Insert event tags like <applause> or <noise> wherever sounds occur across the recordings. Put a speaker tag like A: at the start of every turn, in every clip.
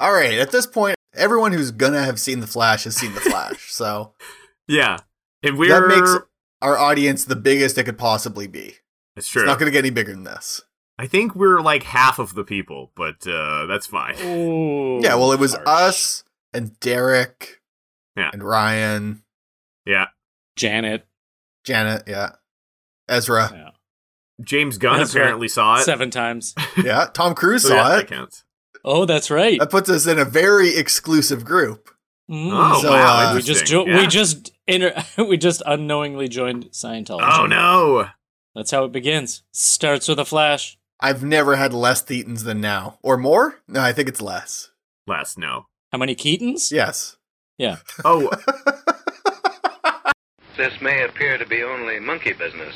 A: All right, at this point, everyone who's gonna have seen the Flash has seen the Flash, so
B: Yeah, and we're
A: that makes our audience the biggest it could possibly be.
B: it's true.
A: It's not gonna get any bigger than this.
B: I think we're like half of the people, but uh, that's fine.
C: Ooh,
A: yeah, well, it was
C: harsh.
A: us and Derek,
B: Yeah.
A: and Ryan,
C: Janet.
A: Janet, yeah, Ezra,
C: Yeah.
B: James Gunn
C: That's right.
B: apparently saw it.
C: Seven times.
A: yeah, Tom Cruise
B: So,
A: saw
B: yeah, that
A: it.
B: counts.
C: Oh, that's right.
A: That puts us in a very exclusive group.
C: Mm.
B: Oh
A: So,
B: wow!
A: uh,
C: we just
B: interesting.
C: jo-
B: Yeah.
C: we just inter- <laughs> we just unknowingly joined Scientology.
B: Oh no!
C: That's how it begins. Starts with a flash.
A: I've never had less Thetans than now, or more. No, I think it's less.
B: Last no.
C: How many Keatons?
A: Yes. <laughs>
B: Oh,
D: This may appear to be only monkey business,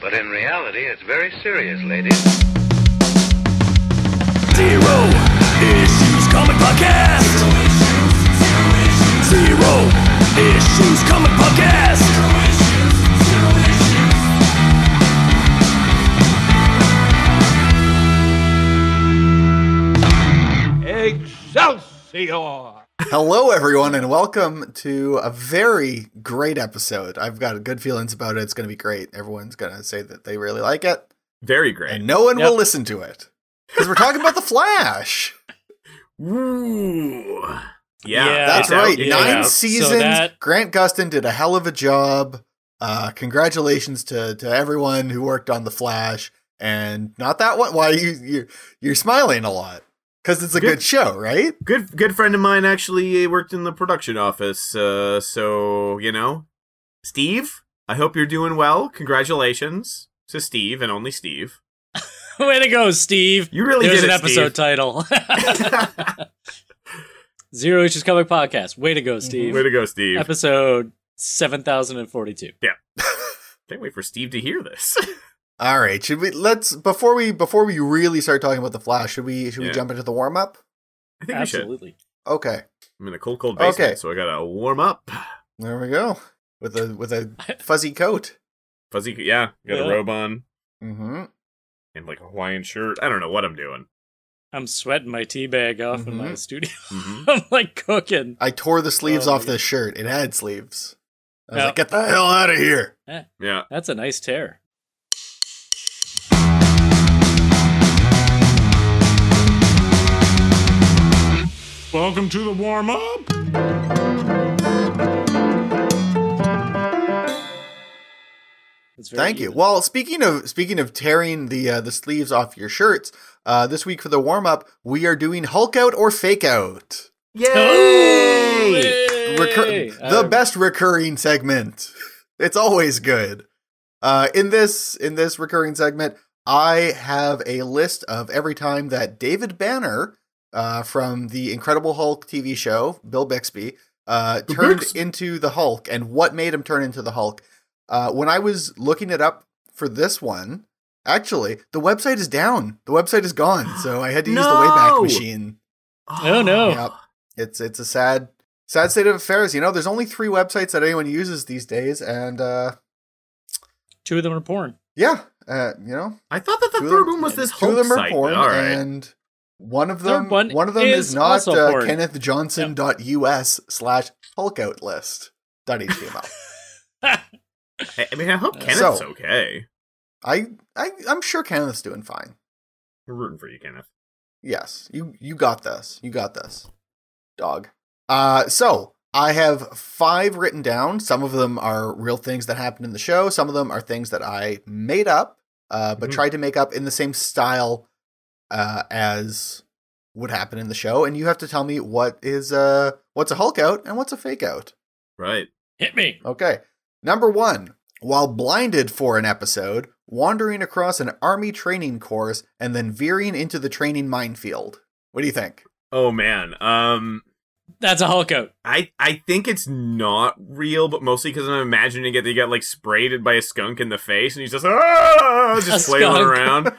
D: but in reality, it's very serious, ladies.
E: Zero Issues Comic Podcast. Zero Issues Comic Podcast.
A: Hello, everyone, and welcome to a very great episode. I've got good feelings about it. It's going to be great. Everyone's going to say that they really like it,
B: very great.
A: and no one
C: Yep.
A: will listen to it because we're talking about the
C: <laughs>
A: Flash.
B: Ooh. Yeah,
C: Yeah.
A: That's
B: it's out.
A: right.
B: It's
A: Nine
B: out.
A: seasons.
C: So that-
A: Grant Gustin did a hell of a job. Uh, congratulations to to everyone who worked on the Flash, and not that one. Why you you you're smiling a lot because it's a
B: Good.
A: good show, right?
B: Good, good friend of mine actually worked in the production office. Uh, so you know, Steve, I hope you're doing well. Congratulations to Steve and only Steve.
C: <laughs> Way to go, Steve.
B: You really
C: There's
B: did
C: an
B: it,
C: episode title. <laughs> Zero Issues Comic Podcast. Way to go,
A: Mm-hmm.
C: Steve.
B: Way to go, Steve. <laughs>
C: Episode 7042.
B: Can't wait for Steve to hear this. <laughs>
A: All right, should we let's before we before we really start talking about the Flash, should we should
B: Yeah.
A: we jump into the warm up?
B: I think we should.
C: Absolutely.
A: Okay,
B: I'm in a cold, cold basement,
A: Okay.
B: so I gotta warm up.
A: there we go with a with
C: <laughs>
A: a fuzzy coat.
B: Fuzzy, yeah, got a
C: Yeah.
B: robe on
A: Mm-hmm.
B: and like a Hawaiian shirt. I don't know what I'm doing.
C: I'm sweating my tea bag off in my
A: Mhm.
C: studio. <laughs>
B: hmm
C: I'm like cooking.
A: I tore the sleeves
C: Oh,
A: off
C: yeah.
A: this shirt. It had sleeves. I was
C: Yeah.
A: like, get the hell out of here.
B: Yeah,
C: That's a nice tear.
E: Welcome to the warm up.
C: It's very
A: Thank you.
C: even.
A: Well, speaking of speaking of tearing the uh, the sleeves off your shirts, uh, this week for the warm up, we are doing Hulk out or fake out.
C: Oh,
A: Recur-
C: yay!
A: the
C: Uh,
B: Um,
A: best recurring segment. It's always good. Uh, in this in this recurring segment, I have a list of every time that David Banner uh, from the Incredible Hulk TV show, Bill Bixby, uh,
B: Bill
A: turned
B: Bixby.
A: into the Hulk, and what made him turn into the Hulk. Uh, when I was looking it up for this one, actually, the website is down. The website is gone, so I had to use the
B: No!
A: Wayback Machine.
C: Oh, no.
A: Yep. It's it's a sad sad state of affairs. You know, there's only three websites that anyone uses these days, and uh
C: Two of them are porn.
A: yeah, uh, you know,
B: I thought that the
A: two of
B: third
A: them-
B: one was this
A: two
B: whole
A: of them are
B: site.
A: porn,
B: All right.
A: and one of
C: Third
A: them
C: one
A: one, of them is,
C: is
A: not
C: also
A: uh,
C: porn.
A: kennethjohnson.us slash hulkout list. dot
C: <laughs>
A: HTML.
B: I, I mean, I hope
C: Uh,
B: Kenneth's
A: so-
B: okay.
A: I, I I'm sure Kenneth's doing fine.
B: We're rooting for you, Kenneth.
A: Yes, you you got this. You got this, dog. Uh, so I have five written down. Some of them are real things that happened in the show. Some of them are things that I made up, uh, but
B: Mhm.
A: tried to make up in the same style uh, as would happen in the show. And you have to tell me what is uh what's a Hulk out and what's a fake out.
B: Right.
C: Hit me.
A: Okay. Number one, while blinded for an episode, wandering across an army training course and then veering into the training minefield. What do you think?
B: Oh man. Um,
C: That's a Hulk out.
B: I I think it's not real, but mostly because I'm imagining it. They got like sprayed by a skunk in the face, and he's just ah,
A: <laughs>
B: just
C: A
B: flailing
C: skunk.
B: around.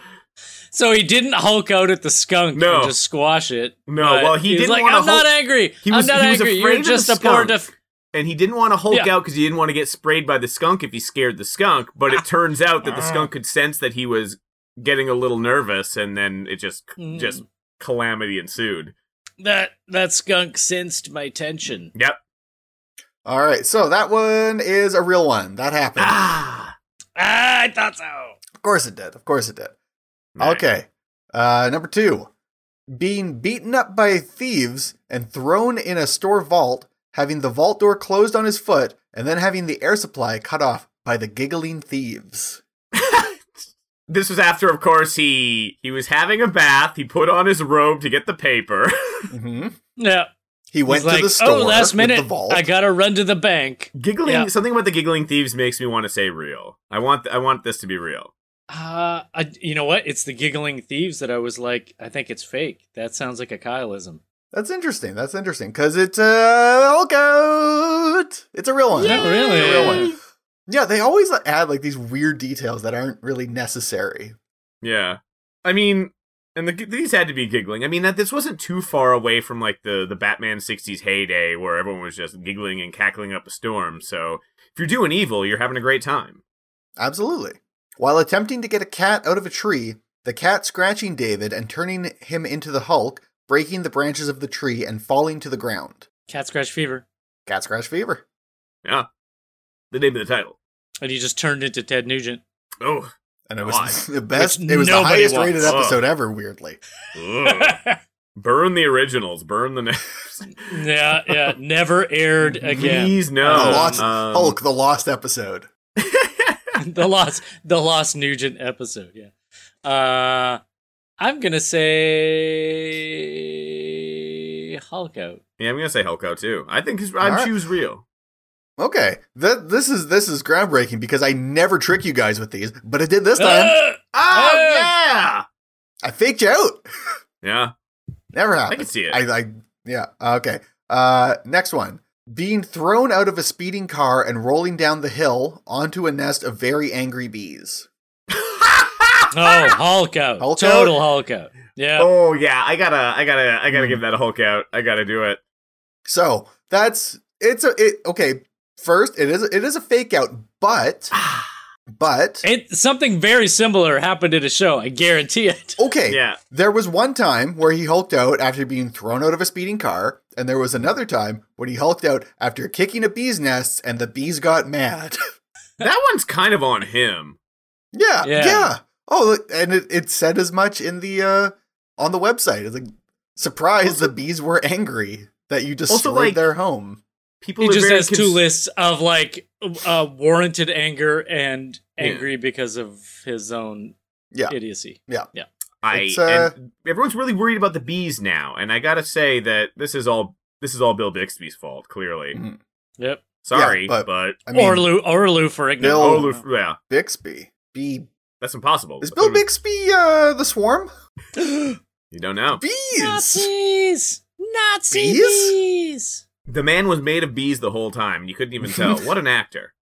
C: So he didn't Hulk out at the skunk
B: No.
C: and just squash it.
B: No,
C: but
B: well, he
C: was
B: didn't
C: like,
B: wanna
C: I'm not
B: Hulk-
C: angry.
B: He was-
C: I'm not
B: he was
C: angry.
B: afraid
C: You're
B: of
C: just
B: the
C: a poor
B: skunk."
C: def-
B: And he didn't want to Hulk
C: Yeah.
B: out because he didn't want to get sprayed by the skunk if he scared the skunk. But
C: <laughs>
B: it turns out that the skunk could sense that he was getting a little nervous, and then it just
C: Mm.
B: just calamity ensued.
C: That that skunk sensed my tension.
B: Yep.
A: All right, so that one is a real one. That happened.
B: Ah.
C: Ah, I thought so.
A: Of course it did. Of course it did.
B: Nice.
A: Okay. Uh, number two, being beaten up by thieves and thrown in a store vault, having the vault door closed on his foot, and then having the air supply cut off by the giggling thieves.
B: This was after, of course, he he was having a bath. He put on his robe to get the paper. <laughs>
A: hmm
C: Yeah.
A: He went
C: Mm-hmm. He's like,
A: to the store.
C: Oh, last
A: with
C: minute.
A: the vault.
C: I gotta run to the bank.
B: giggling.
C: Yeah.
B: Something about the giggling thieves makes me want to say real. I want I want this to be real.
C: Uh, I, you know what? It's the giggling thieves that I was like, I think it's fake. That sounds like a Kyleism.
A: That's interesting. That's interesting because it's a uh, goat. It's a real one.
C: Yeah, really.
A: It's a real one. Yeah, they always add like these weird details that aren't really necessary.
B: Yeah. I mean, and the, these had to be giggling. I mean, that this wasn't too far away from like the the Batman '60s heyday where everyone was just giggling and cackling up a storm. So if you're doing evil, you're having a great time.
A: Absolutely. While attempting to get a cat out of a tree, the cat scratching David and turning him into the Hulk, breaking the branches of the tree and falling to the ground.
C: Cat scratch fever.
A: Cat scratch fever.
B: Yeah. The name of the title.
C: And he just turned into
A: <laughs>
C: Ted Nugent.
B: Oh.
A: And it was
B: Why?
A: <laughs> the best.
C: Which
A: it was the
C: nobody
A: highest
C: wants.
A: rated
B: Ugh.
A: episode ever. Weirdly, Oh,
B: Ugh. burn the originals. Burn the names.
C: yeah, yeah. Never
A: <laughs>
C: aired again. <laughs>
B: Please no.
A: the lost
B: Um,
A: Hulk, the lost episode.
C: the lost the lost Nugent episode, yeah. Uh I'm gonna say Hulk out.
B: <laughs> Yeah, I'm gonna say Hulko too. I think he's, I
A: All right.
B: choose real.
A: Okay, Th- this is this is groundbreaking because I never trick you guys with these, but I did this time.
C: Ah!
B: Oh
C: Hey!
B: yeah.
A: I faked you out.
B: Yeah.
A: Never
B: I
A: happened.
B: can see it.
A: I, I yeah. Okay. Uh, next one. Being thrown out of a speeding car and rolling down the hill onto a nest of very angry bees.
C: Oh, Hulk out.
A: Hulk
C: Total Hulk out. Yeah.
B: oh yeah. I gotta I gotta I gotta give that a Hulk out. I gotta do it. <sighs>
A: So that's it's a it. Okay. First, it is it is a fake out, but but
C: It something very similar happened at a show, I guarantee it.
A: okay.
B: Yeah.
A: There was one time where he hulked out after being thrown out of a speeding car, and there was another time when he hulked out after kicking a bee's nest, and the bees got mad.
B: That one's kind of on him.
A: Yeah, yeah.
C: Yeah.
A: Oh, look, and it, it said as much in the uh on the website. It's like surprised the bees were angry that you destroyed
B: like-
A: their home.
B: People
C: He
B: are
C: just
B: very
C: has
B: cons-
C: two lists of like uh, warranted anger and
B: Yeah.
C: angry because of his own
A: Yeah.
C: idiocy.
B: I
A: It's, uh,
B: and everyone's really worried about the bees now, and I gotta say that this is all this is all Bill Bixby's fault. Clearly,
A: Mhm.
C: Yep.
B: sorry,
A: Yeah, but-
B: but,
A: I mean,
C: or Lou or Lou for ignorance.
A: Bill-
B: oh, Luf- yeah,
A: Bixby. Bee.
B: that's impossible.
A: Is
B: But
A: Bill
B: we-
A: Bixby uh the swarm?
B: You don't know.
A: Bees.
C: Nazis! Nazi
A: Bees?
C: bees!
B: The man was made of bees the whole time. and You couldn't even tell.
A: <laughs>
B: what an actor!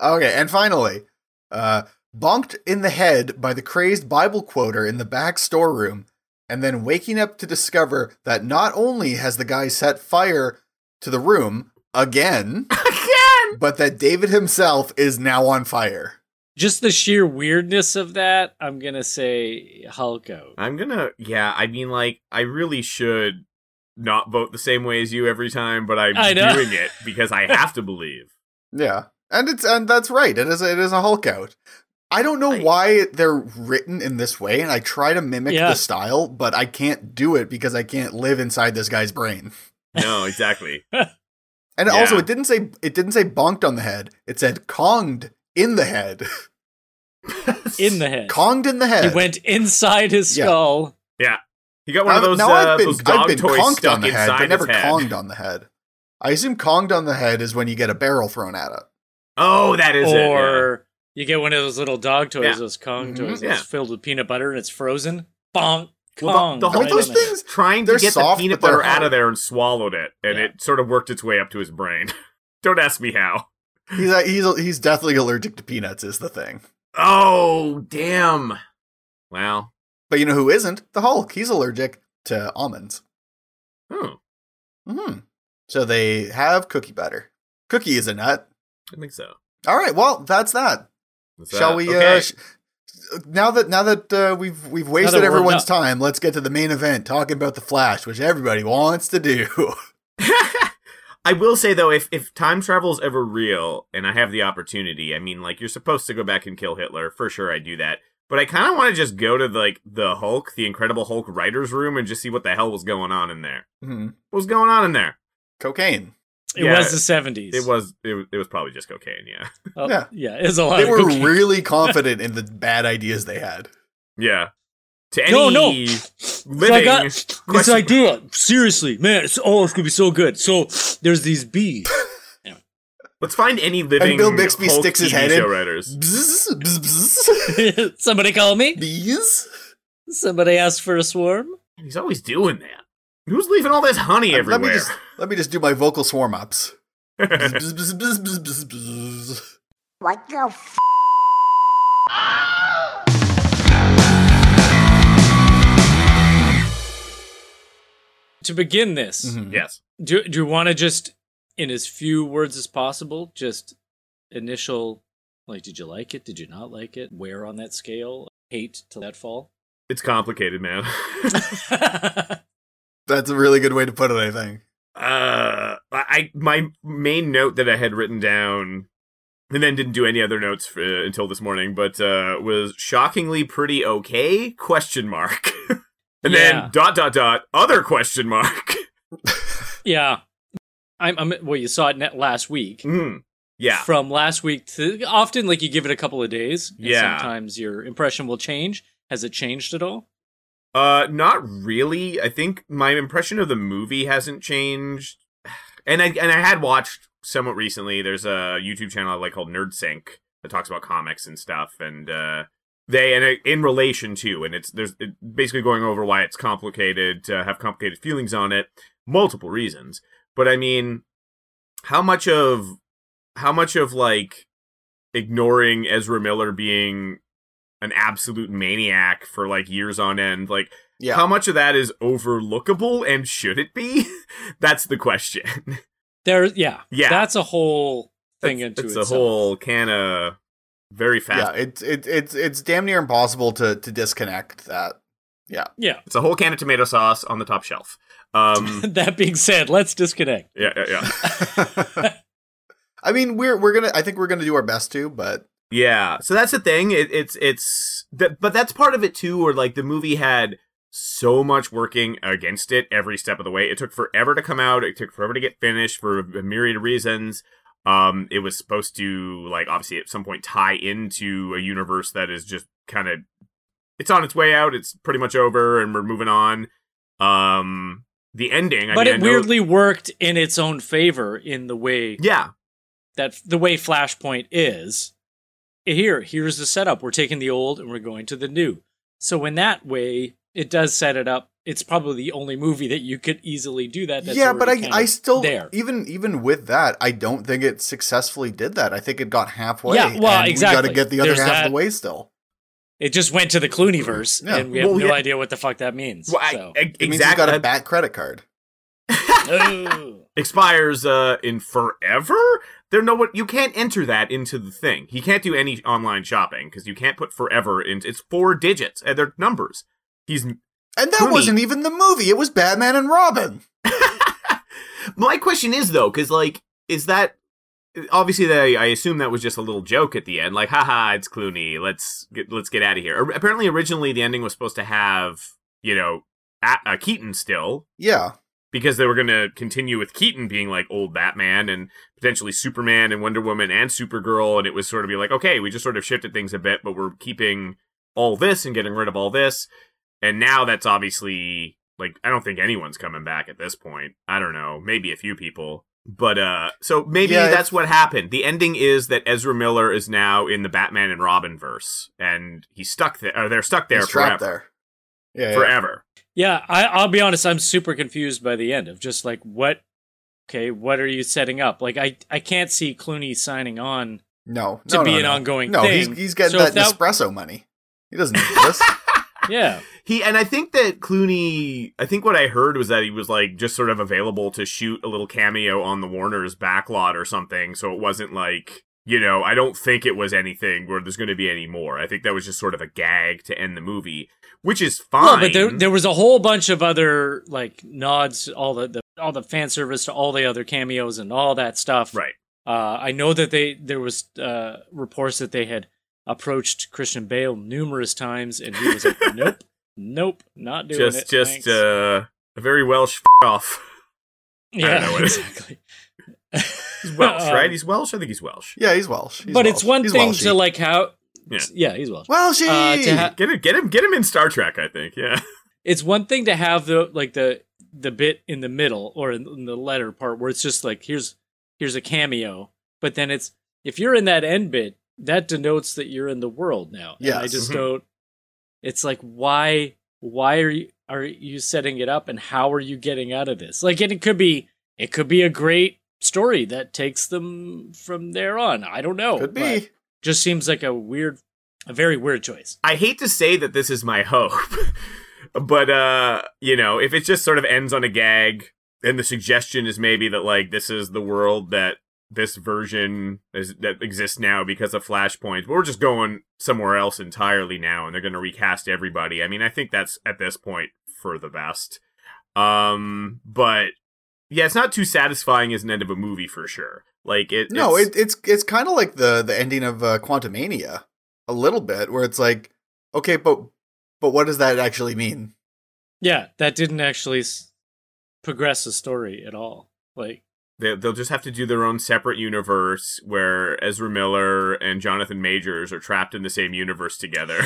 A: Okay, and finally, uh bonked in the head by the crazed Bible quoter in the back storeroom, and then waking up to discover that not only has the guy set fire to the room again,
B: Again.
A: but that David himself is now on fire.
C: Just the sheer weirdness of that, I'm gonna say Hulko.
B: I'm gonna. Yeah, I mean, like, I really should not vote the same way as you every time, but I'm
C: I know.
B: doing it because I have to believe.
A: Yeah, and it's and that's right. It is it is a Hulk out. I don't know why they're written in this way, and I try to mimic
C: Yeah.
A: the style, but I can't do it because I can't live inside this guy's brain.
B: No, exactly.
A: And
B: Yeah.
A: also, it didn't say it didn't say bonked on the head. It said conged in the
B: <laughs>
A: head,
C: In the head.
A: conged in the head.
C: He went inside his
A: Yeah.
C: skull.
A: <laughs>
B: He got one of
A: Now-
B: those,
A: now
B: uh, those dog toys
A: conked
B: stuck inside
A: but never
B: his head.
A: conged on the head. I assume conged on the head is when you get a barrel thrown at it.
B: Oh, that is it.
C: or you get one of those little dog toys,
B: Yeah.
C: those Kong
A: Mhm.
C: toys
B: Yeah.
C: that's filled with peanut butter and it's frozen. Bonk.
B: Yeah. Well,
C: Kong.
B: the, the
A: Don't
B: whole
C: right
A: those
C: on the head.
A: things?
B: thing- trying to
A: they're
B: get
A: soft,
B: the peanut
A: but they're
B: butter out
A: hard.
B: of there and swallowed it, and
C: Yeah.
B: it sort of worked its way up to his brain. <laughs> Don't ask me how.
A: He's a, he's a, he's deathly allergic to peanuts is the thing.
B: Oh, damn. Wow.
A: But you know who isn't? The Hulk. He's allergic to almonds.
B: Hmm.
A: hmm So they have cookie butter. Cookie is a nut.
B: I think so.
A: All right. Well, that's that.
B: Is
A: Shall
B: that-
A: we? Uh,
B: okay.
A: sh- now that now that uh, we've we've wasted
C: we're
A: everyone's
C: done.
A: time, let's get to the main event, talking about the Flash, which everybody wants to do. <laughs>
B: <laughs> I will say though, if if time travel is ever real and I have the opportunity, I mean, like you're supposed to go back and kill Hitler for sure. I do that, but I kind of want to just go to like the Hulk, the Incredible Hulk writers' room, and just see what the hell was going on in there.
A: Mhm.
B: What was going on in there?
A: Cocaine.
C: It
B: Yeah,
C: was the seventies.
B: It was it, was- it was probably just cocaine. Yeah,
C: Oh,
A: yeah.
C: yeah. It was a lot.
A: They
C: of
A: were
C: cocaine.
A: really confident in the bad ideas they had.
B: yeah. To any
C: no, no.
B: living,
C: So I got this
B: question-
C: idea. Seriously, man, it's oh, it's gonna be so good. So there's these bees.
B: let's find any living.
A: Bill Bixby
B: Hulk
A: sticks his
B: TV
A: head in.
B: show writers.
A: Bzz, bzz, bzz.
C: <laughs> Somebody
A: <laughs>
C: call me.
A: Bees.
C: Somebody asked for a swarm.
B: He's always doing that. Who's leaving all this honey
A: Uh,
B: everywhere?
A: Let me just let me just do my vocal swarm ups. Bzz, bzz, bzz, bzz, bzz, bzz.
F: What the f?
C: To begin this,
A: Mhm.
B: yes.
C: do do you want to just in as few words as possible, just initial like, did you like it? Did you not like it? Where on that scale? Hate to that fall. <laughs>
B: It's complicated, man.
A: <laughs>
B: <laughs>
A: That's a really good way to put it. I think.
B: uh i my main note that i had written down and then didn't do any other notes for, uh, until this morning but uh was shockingly pretty okay question mark <laughs> and
C: Yeah.
B: then dot dot dot other question mark <laughs>
C: yeah, I'm. I'm well, you saw it net last week.
B: mm. yeah
C: from last week to often like you give it a couple of days and
B: Yeah.
C: sometimes your impression will change has it changed at all
B: uh not really i think my impression of the movie hasn't changed and i and i had watched somewhat recently there's a youtube channel i like called nerdsync that talks about comics and stuff and uh they and it- in relation to and it's there's it, basically going over why it's complicated to have complicated feelings on it multiple reasons but i mean how much of how much of like ignoring ezra miller being an absolute maniac for like years on end like
A: Yeah.
B: how much of that is overlookable and should it be <laughs> that's the question
C: there yeah
B: Yeah.
C: that's a whole thing
B: it's,
C: into
B: it's
C: itself.
B: a whole can of very
A: yeah.
B: fast
A: It's it's it's it's damn near impossible to to disconnect that.
C: yeah
B: it's a whole can of tomato sauce on the top shelf
A: <laughs>
B: um
C: <laughs> that being said let's disconnect
B: yeah yeah yeah
A: I mean, we're we're gonna. I think we're gonna do our best to, but
B: Yeah, so that's the thing. It, it's it's that, but that's part of it too. Where like the movie had so much working against it every step of the way. It took forever to come out. It took forever to get finished for a myriad of reasons. Um, it was supposed to like obviously at some point tie into a universe that is just kind of it's on its way out. It's pretty much over, and we're moving on. Um, the ending, I
C: but
B: mean, I
C: it
B: know-
C: weirdly worked in its own favor in the way
B: yeah,
C: that the way flashpoint is here here's the setup we're taking the old and we're going to the new so in that way it does set it up it's probably the only movie that you could easily do that that's
A: yeah. But
C: already
A: I
C: kind
A: I
C: of
A: still
C: there
A: even even with that, I don't think it successfully did that. I think it got halfway.
C: Yeah, well,
A: Got
C: exactly.
A: to get the other
C: There's
A: half of
C: that.
A: the way still.
C: It just went to the Clooneyverse,
A: Yeah.
C: and we have
B: Well,
C: no
B: yeah.
C: idea what the fuck that means.
B: Well, I- <laughs>
C: so.
B: I-
A: It means you got
B: exactly.
A: a bat credit card.
C: Ugh.
B: expires uh in forever there no what you can't enter that into the thing he can't do any online shopping because you can't put forever in it's four digits and they're numbers he's
A: And that
B: Clooney.
A: wasn't even the movie. It was Batman and Robin.
B: my question is though because like is that obviously they, i assume that was just a little joke at the end like haha it's clooney let's get let's get out of here Or- apparently originally the ending was supposed to have you know a- uh, keaton still
A: Yeah.
B: because they were going to continue with Keaton being like old Batman and potentially Superman and Wonder Woman and Supergirl. And it was sort of be like, okay, we just sort of shifted things a bit, but we're keeping all this and getting rid of all this. And now that's obviously like, I don't think anyone's coming back at this point. I don't know, maybe a few people. But uh so maybe
A: Yeah,
B: that's what happened. The ending is that Ezra Miller is now in the Batman and Robin verse and he's stuck there or they're stuck there
A: He's trapped
B: forever. e-
A: there. Yeah. yeah.
B: Forever.
C: yeah, I, I'll be honest. I'm super confused by the end of just like what. Okay, what are you setting up? Like, I I can't see Clooney signing on.
A: No.
C: To
A: no,
C: be
A: no,
C: an
A: no.
C: ongoing
A: No,
C: thing.
A: he's he's getting
C: So
A: that,
C: if that-
A: Nespresso money. He doesn't need
C: <laughs>
A: this.
C: Yeah,
B: He and I think that Clooney. I think what I heard was that he was like just sort of available to shoot a little cameo on the Warner's backlot or something. So it wasn't like you know, I don't think it was anything where there's going to be any more. I think that was just sort of a gag to end the movie, which is fine.
C: Well, but there, there was a whole bunch of other like nods, to all the, the all the fan service to all the other cameos and all that stuff.
B: right.
C: Uh, I know that they there was uh, reports that they had approached Christian Bale numerous times, and he
B: <laughs>
C: was like, "Nope, nope, not doing
B: Just,
C: it."
B: just
C: thanks."
B: uh, a very Welsh <laughs> off.
C: yeah, <laughs>
B: know what it is.
C: exactly.
B: He's
C: <laughs>
B: Welsh,
C: Um,
B: right? He's Welsh. I think he's Welsh.
A: Yeah, he's Welsh. He's
C: but it's
A: Welsh.
C: one
A: He's
C: thing
A: Welshy.
C: to like how.
B: Yeah.
C: Yeah, he's Welsh.
A: Welshy.
C: Uh, to ha-
B: Get him, get him, get him in Star Trek. I think. Yeah.
C: it's one thing to have the like the the bit in the middle or in, in the letter part where it's just like here's here's a cameo but then it's if you're in that end bit that denotes that you're in the world now And i
A: Yes. mm-hmm.
C: just
B: Mhm.
C: don't it's like why why are you are you setting it up and how are you getting out of this like and it could be it could be a great story that takes them from there on i don't know
A: Could
C: Oh, but
A: be.
C: just seems like a weird a very weird choice
B: I hate to say that this is my hope, <laughs> but uh, you know, if it just sort of ends on a gag, and the suggestion is maybe that like this is the world that this version is that exists now because of Flashpoint, but we're just going somewhere else entirely now, and they're going to recast everybody. I mean, I think that's at this point for the best. Um, but yeah, it's not too satisfying as an end of a movie for sure. Like it,
A: No,
B: it's,
A: it, it's it's kind of like the the ending of uh, Quantumania a little bit, where it's like, okay, but but what does that actually mean?
C: Yeah, that didn't actually s- progress the story at all. Like,
B: They, they'll just have to do their own separate universe where Ezra Miller and Jonathan Majors are trapped in the same universe <laughs> together,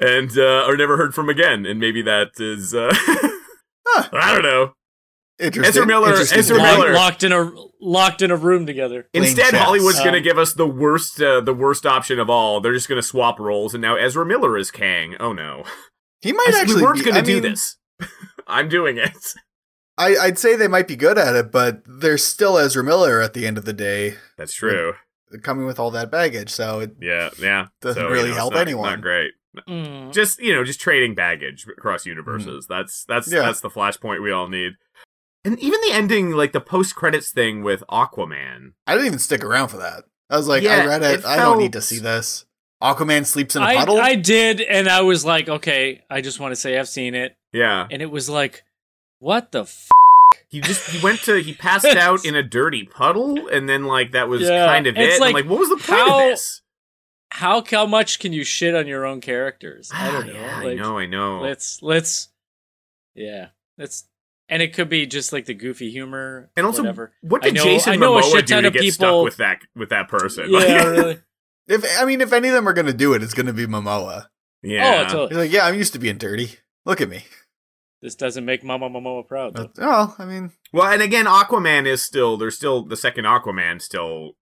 B: and uh, are never heard from again. And maybe that is uh, <laughs>
A: Huh.
B: I don't know.
A: Interesting.
B: Ezra Miller-
A: Interesting
B: Ezra
A: thing.
C: lock-
B: Miller.
C: locked in a locked in a room together.
A: Bling
B: Instead,
A: shots.
B: Hollywood's gonna
C: Um,
B: give us the worst uh, the worst option of all. They're just gonna swap roles, and now Ezra Miller is Kang. Oh no,
A: He might actually.
B: we weren't
A: be-
B: gonna
A: I
B: do
A: mean,
B: this. <laughs> I'm doing
A: <laughs>
B: it.
A: I, I'd say they might be good at it, but they're still Ezra Miller at the end of the day,
B: That's true.
A: coming with all that baggage. So it
B: Yeah, yeah.
A: doesn't
B: So, you
A: really
B: know, it's
A: help
B: not-
A: anyone.
B: Not great.
C: Mm.
B: just you know just trading baggage across universes that's that's
A: Mm-hmm. Yeah.
B: that's the flashpoint we all need and even the ending like the post credits thing with aquaman
A: I didn't even stick around for that. I was like,
B: Yeah,
A: I read it.
B: it
A: I don't need to
B: felt-
A: see this. Aquaman sleeps in a
C: I,
A: puddle.
C: I did, and I was like, okay, I just want to say I've seen it,
B: yeah
C: and it was like, what the f-?
B: he just he went to
A: <laughs>
B: he passed out in a dirty puddle and then like that was
C: Yeah,
B: kind of
C: it's
B: it like,
C: like,
B: like what was the point
C: how-
B: of this
C: how how much can you shit on your own characters? I don't know.
B: Ah, yeah,
C: like,
B: i know i know
C: Let's let's, yeah, let's, and it could be just like the goofy humor
B: and also <laughs>
C: whatever.
B: what
C: I
B: did
C: know- I
B: jason
C: know a
B: momoa
C: shit
B: do
C: ton
B: to
C: of
B: get
C: people-
B: stuck with that with that person
C: <laughs>
B: Like,
C: Yeah, Oh, really.
A: if I mean, if any of them are going to do it, it's going to be Momoa.
B: <laughs> yeah.
C: Oh, totally.
A: He's like, yeah, I'm used to being dirty. Look at me.
C: This doesn't make Mama Momoa proud. Though.
A: But, oh, I mean,
B: well and again aquaman is still there's still the second aquaman still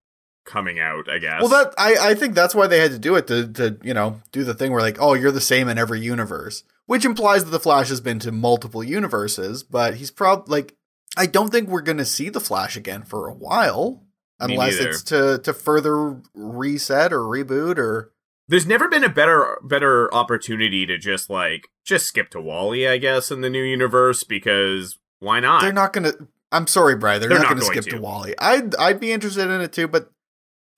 B: coming out i guess
A: well, that I, I think that's why they had to do it to to you know do the thing where like, oh, you're the same in every universe, which implies that the Flash has been to multiple universes. But he's probably like, I don't think we're going to see the Flash again for a while,
B: Me
A: unless
B: neither.
A: it's to to further reset or reboot or
B: There's never been a better better opportunity to just like just skip to Wally, I guess, in the new universe because why not?
A: they're not gonna i'm sorry bry they're,
B: They're
A: not,
B: not
A: gonna
B: going
A: skip
B: to.
A: to wally i'd i'd be interested in it too but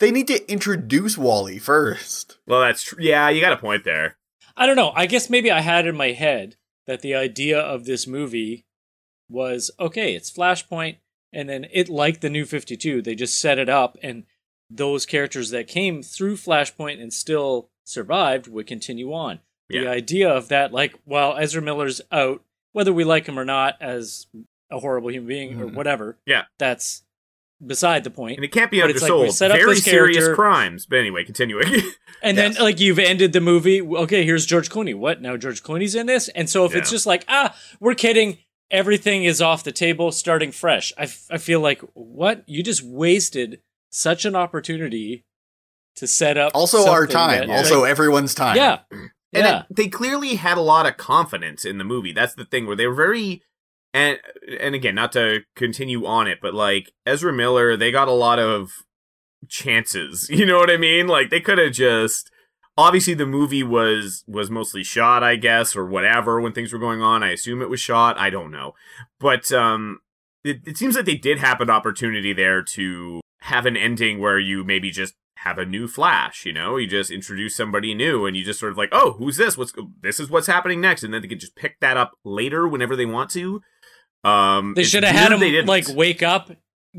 A: they need to introduce wally first
B: well, that's tr- yeah, you got a point there.
C: I don't know. I guess maybe I had in my head that the idea of this movie was okay, it's Flashpoint, and then it, like the new 52, they just set it up, and those characters that came through Flashpoint and still survived would continue on. The
B: Yeah.
C: idea of that, like, while Ezra Miller's out, whether we like him or not as a horrible human being or
A: Mhm.
C: whatever,
B: Mm-hmm. Yeah.
C: that's beside the point.
B: And it can't be
C: But it's like we
B: undersold.
C: set up
B: Very
C: this
B: serious
C: character-
B: crimes. But anyway, continuing. <laughs>
C: And
A: Yes.
C: then like you've ended the movie. Okay, here's George Clooney. What now? George Clooney's in this, and so if it's
B: Yeah.
C: just like ah, we're kidding. Everything is off the table, starting fresh. I, f- I feel like what you just wasted such an opportunity to set up.
A: also our
C: something
A: time
C: that-
A: also everyone's time
C: yeah,
B: And
C: yeah.
B: it- they clearly had a lot of confidence in the movie. That's the thing where they were very and and again, not to continue on it, but like Ezra Miller, they got a lot of chances. <laughs> You know what I mean? Like they could have just obviously the movie was was mostly shot, I guess, or whatever when things were going on. I assume it was shot. I don't know. But um it, it seems like they did have an opportunity there to have an ending where you maybe just have a new Flash. You know, you just introduce somebody new, and you just sort of like, oh, who's this? What's this is what's happening next, and then they can just pick that up later whenever they want to. Um,
C: They
B: it's
C: should have had
B: weird
C: him
B: they didn't.
C: like wake up,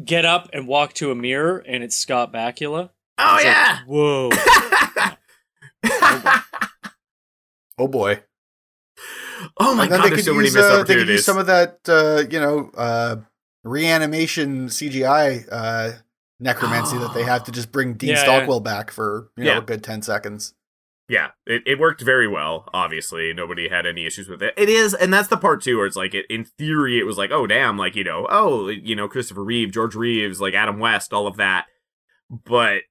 C: get up, and walk to a mirror, and it's Scott Bakula.
B: oh
C: It's like,
B: yeah. <laughs>
C: whoa!
A: Oh boy.
B: oh my
A: and then
B: god,
A: they
B: there's
A: could
B: so many
A: use
B: missed
A: uh, they could use
B: opportunities.
A: some of that uh, you know uh, reanimation CGI uh, necromancy that they
B: <gasps>
A: have to just bring Dean
C: Yeah, yeah.
A: Stockwell back for you know
B: Yeah.
A: a good ten seconds.
B: yeah, it, it worked very well. Obviously, nobody had any issues with it. It is, and that's the part too, where it's like, it, in theory, it was like, oh damn, like you know, oh you know, Christopher Reeve, George Reeves, like Adam West, all of that. But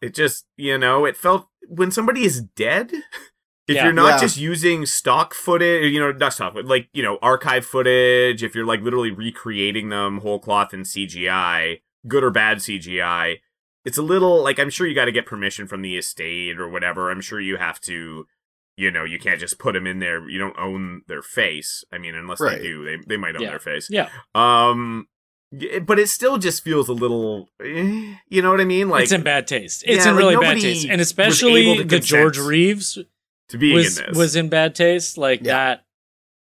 B: it just, you know, it felt when somebody is dead. If
C: Yeah.
B: you're not
A: Yeah.
B: just using stock footage, you know, not stock, but like, you know, archive footage, if you're like literally recreating them whole cloth in CGI, good or bad CGI, it's a little like I'm sure you got to get permission from the estate or whatever. I'm sure you have to, you know, you can't just put them in there. You don't own their face. I mean, unless
A: Right.
B: they do, they they might own
C: Yeah.
B: their face.
C: Yeah,
B: Um, y- but it still just feels a little, eh, you know what I mean? Like
C: it's in bad taste. It's
B: Yeah,
C: in
B: like,
C: really bad
B: nobody
C: taste, and
B: was able
C: especially
B: to
C: the George
B: consent
C: Reeves
B: to being
C: was
B: in this Oh,
C: was in bad taste, like
A: Yeah.
C: that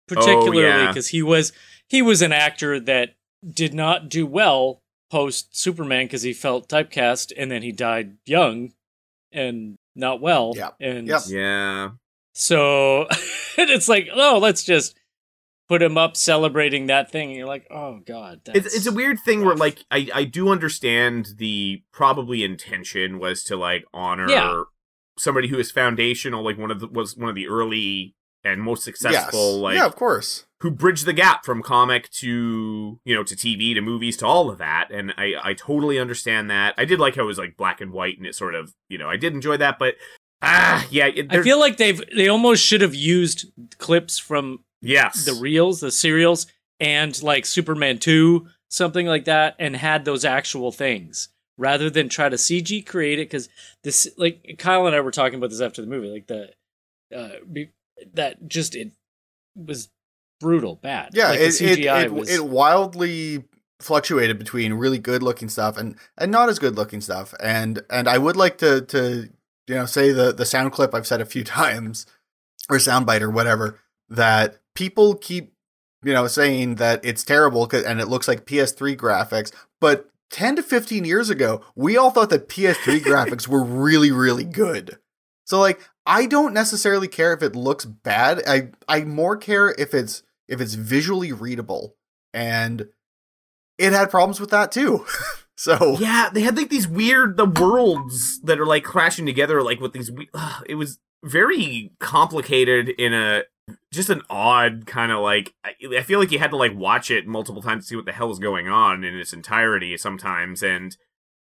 C: particularly
B: yeah.
C: because he was he was an actor that did not do well post Superman because he felt typecast, and then he died young and not well,
A: Yep.
C: and
A: Yep.
B: yeah.
C: so <laughs> and it's like oh, let's just put him up celebrating that thing, and you're like, oh god, that's,
B: It's, it's a weird thing where
C: rough.
B: like I, I do understand the probably intention was to like honor
C: Yeah.
B: somebody who is foundational like one of the was one of the early and most successful like
A: yeah, of course.
B: who bridged the gap from comic to you know to TV to movies to all of that, and I I totally understand that. I did like how it was like black and white, and it sort of you know I did enjoy that, but ah yeah, it,
C: I
B: there-
C: feel like they've they almost should have used clips from
B: yes
C: the reels, the serials, and like Superman 2, something like that, and had those actual things rather than try to CG create it. Cause this, like Kyle and I were talking about this after the movie, like the, uh, be- that just, it was brutal bad.
A: Yeah,
C: like, the
A: it, it,
C: CGI
A: it,
C: was,
A: it wildly fluctuated between really good looking stuff and and not as good looking stuff. And and I would like to to you know say the the sound clip I've said a few <laughs> times or soundbite or whatever that people keep you know saying that it's terrible 'cause- and it looks like PS3 graphics, but 10 to 15 years ago, we all thought that
B: <laughs>
A: PS3 graphics were really really good. So like I don't necessarily care if it looks bad. I I more care if it's if it's visually readable. And it had problems with that too. <laughs> so
B: yeah they had like these weird the worlds that are like crashing together like with these we- ugh, it was very complicated in a just an odd kind of like I, I feel like you had to like watch it multiple times to see what the hell was going on in its entirety sometimes and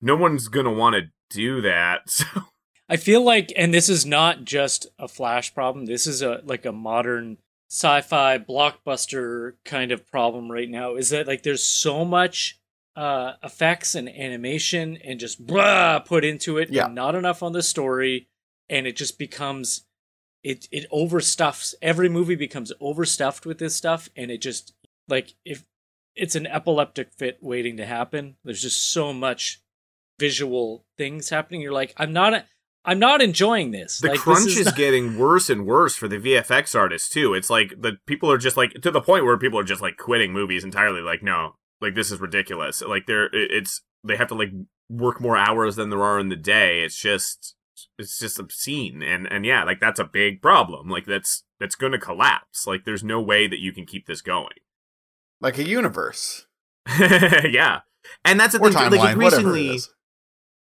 B: no one's gonna want to do that <laughs> so
C: I feel like, and this is not just a Flash problem. This is a like a modern sci-fi blockbuster kind of problem right now. Is that like there's so much uh, effects and animation and just blah put into it,
A: Yeah.
C: and not enough on the story, and it just becomes it it overstuffs. Every movie becomes overstuffed with this stuff, and it just like if it's an epileptic fit waiting to happen. There's just so much visual things happening. You're like, I'm not, I'm not enjoying this.
B: The
C: like, this
B: crunch is,
C: not-
B: getting worse and worse for the VFX artists too. It's like the people are just like to the point where people are just like quitting movies entirely. Like no, like this is ridiculous. Like they're it- it's they have to like work more hours than there are in the day. It's just it's just obscene and and yeah, like that's a big problem. Like that's that's going to collapse. Like there's no way that you can keep this going. <laughs>
A: like a universe
B: yeah, and that's the
A: or
B: thing. too, like
A: timeline, whatever it
B: increasingly
A: is.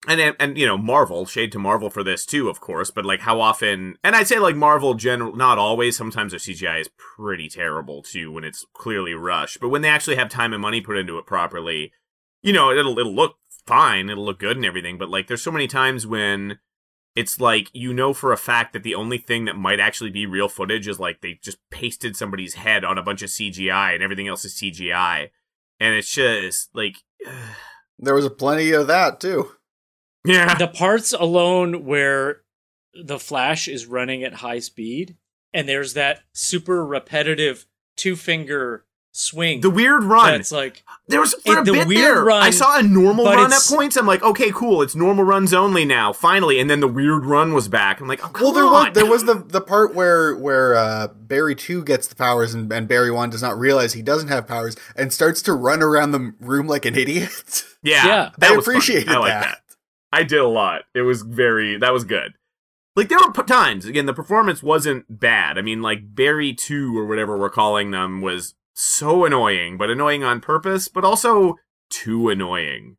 B: and and you know Marvel shade to Marvel for this too, of course. But like how often? And I'd say like Marvel general, not always. Sometimes their CGI is pretty terrible too when it's clearly rushed. But when they actually have time and money put into it properly, you know it'll it'll look fine, it'll look good and everything. But like there's so many times when it's like you know for a fact that the only thing that might actually be real footage is like they just pasted somebody's head on a bunch of CGI and everything else is CGI, and it's just like. <laughs>
A: There was plenty of that too.
B: Yeah.
C: the parts alone where the Flash is running at high speed, and there's that super repetitive two finger swing.
B: The weird run.
C: That's like
B: There was for
C: It-
B: a
C: the
B: bit
C: weird
B: there.
C: run,
B: I saw a normal
C: but
B: run at
C: it's-
B: points. I'm like, okay, cool. It's normal runs only now, finally. And then the weird run was back. I'm like, oh, come
A: Well, there
B: on.
A: was there was the the part where where uh, Barry two gets the powers and, and Barry one does not realize he doesn't have powers and starts to run around the room like an
B: <laughs>
A: idiot.
B: <laughs> yeah,
C: Yeah.
B: That
A: I
B: was fun.
A: appreciated
B: I like
A: that.
B: that. I did a lot. It was very. That was good. Like there were p- times. Again, the performance wasn't bad. I mean, like Barry two or whatever we're calling them was so annoying, but annoying on purpose, but also too annoying.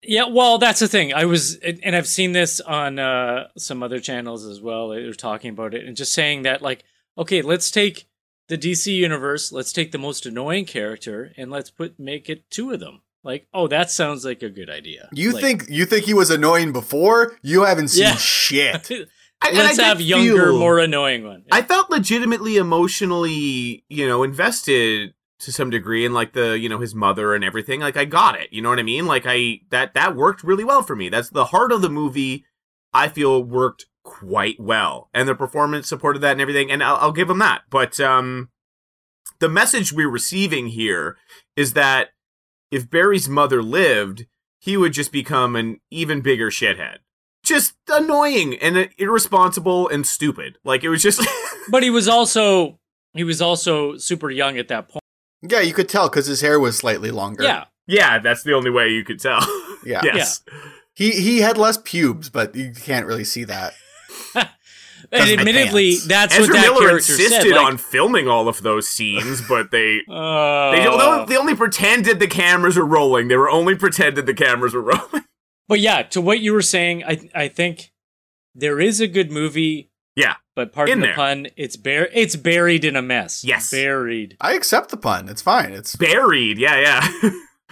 C: Yeah, well, that's the thing. I was, and I've seen this on uh, some other channels as well. They were talking about it and just saying that, like, okay, let's take the DC universe, let's take the most annoying character, and let's put make it two of them. Like, oh, that sounds like a good idea.
A: You
C: Like,
A: think you think he was annoying before? You haven't seen
C: Yeah.
A: shit.
B: <laughs> I- and I
C: <laughs> let's
B: did
C: have younger,
B: feel-
C: more annoying one?
B: I felt legitimately emotionally, you know, invested to some degree in like the, you know, his mother and everything. Like I got it, you know what I mean? Like I that that worked really well for me. That's the heart of the movie. I feel worked quite well, and the performance supported that and everything. And I'll, I'll give him that. But um, the message we're receiving here is that if Barry's mother lived, he would just become an even bigger shithead. Just annoying and uh, irresponsible and stupid. Like it was just <laughs>
C: but he was also he was also super young at that point.
A: Yeah, you could tell because his hair was slightly longer.
C: Yeah,
B: Yeah, that's the only way you could tell. <laughs>
A: Yeah.
B: yes.
A: he he had less pubes, but you can't really see that.
C: and
A: Doesn't make
C: admittedly,
A: sense.
C: that's
B: Ezra
C: what that
B: Miller
C: character
B: insisted
C: said.
B: on filming all of those scenes, but
C: <laughs>
B: they
C: on. Uh,
B: they, don't- they only pretended the cameras were rolling. They were only pretended the cameras were rolling. <laughs>
C: But yeah, to what you were saying, I I think there is a good movie.
B: Yeah.
C: But pardon
B: In
C: the
B: there.
C: pun, it's bur- it's buried in a mess.
B: Yes.
C: Buried.
A: I accept the pun. It's fine. It's
B: Buried. Yeah, yeah. <laughs>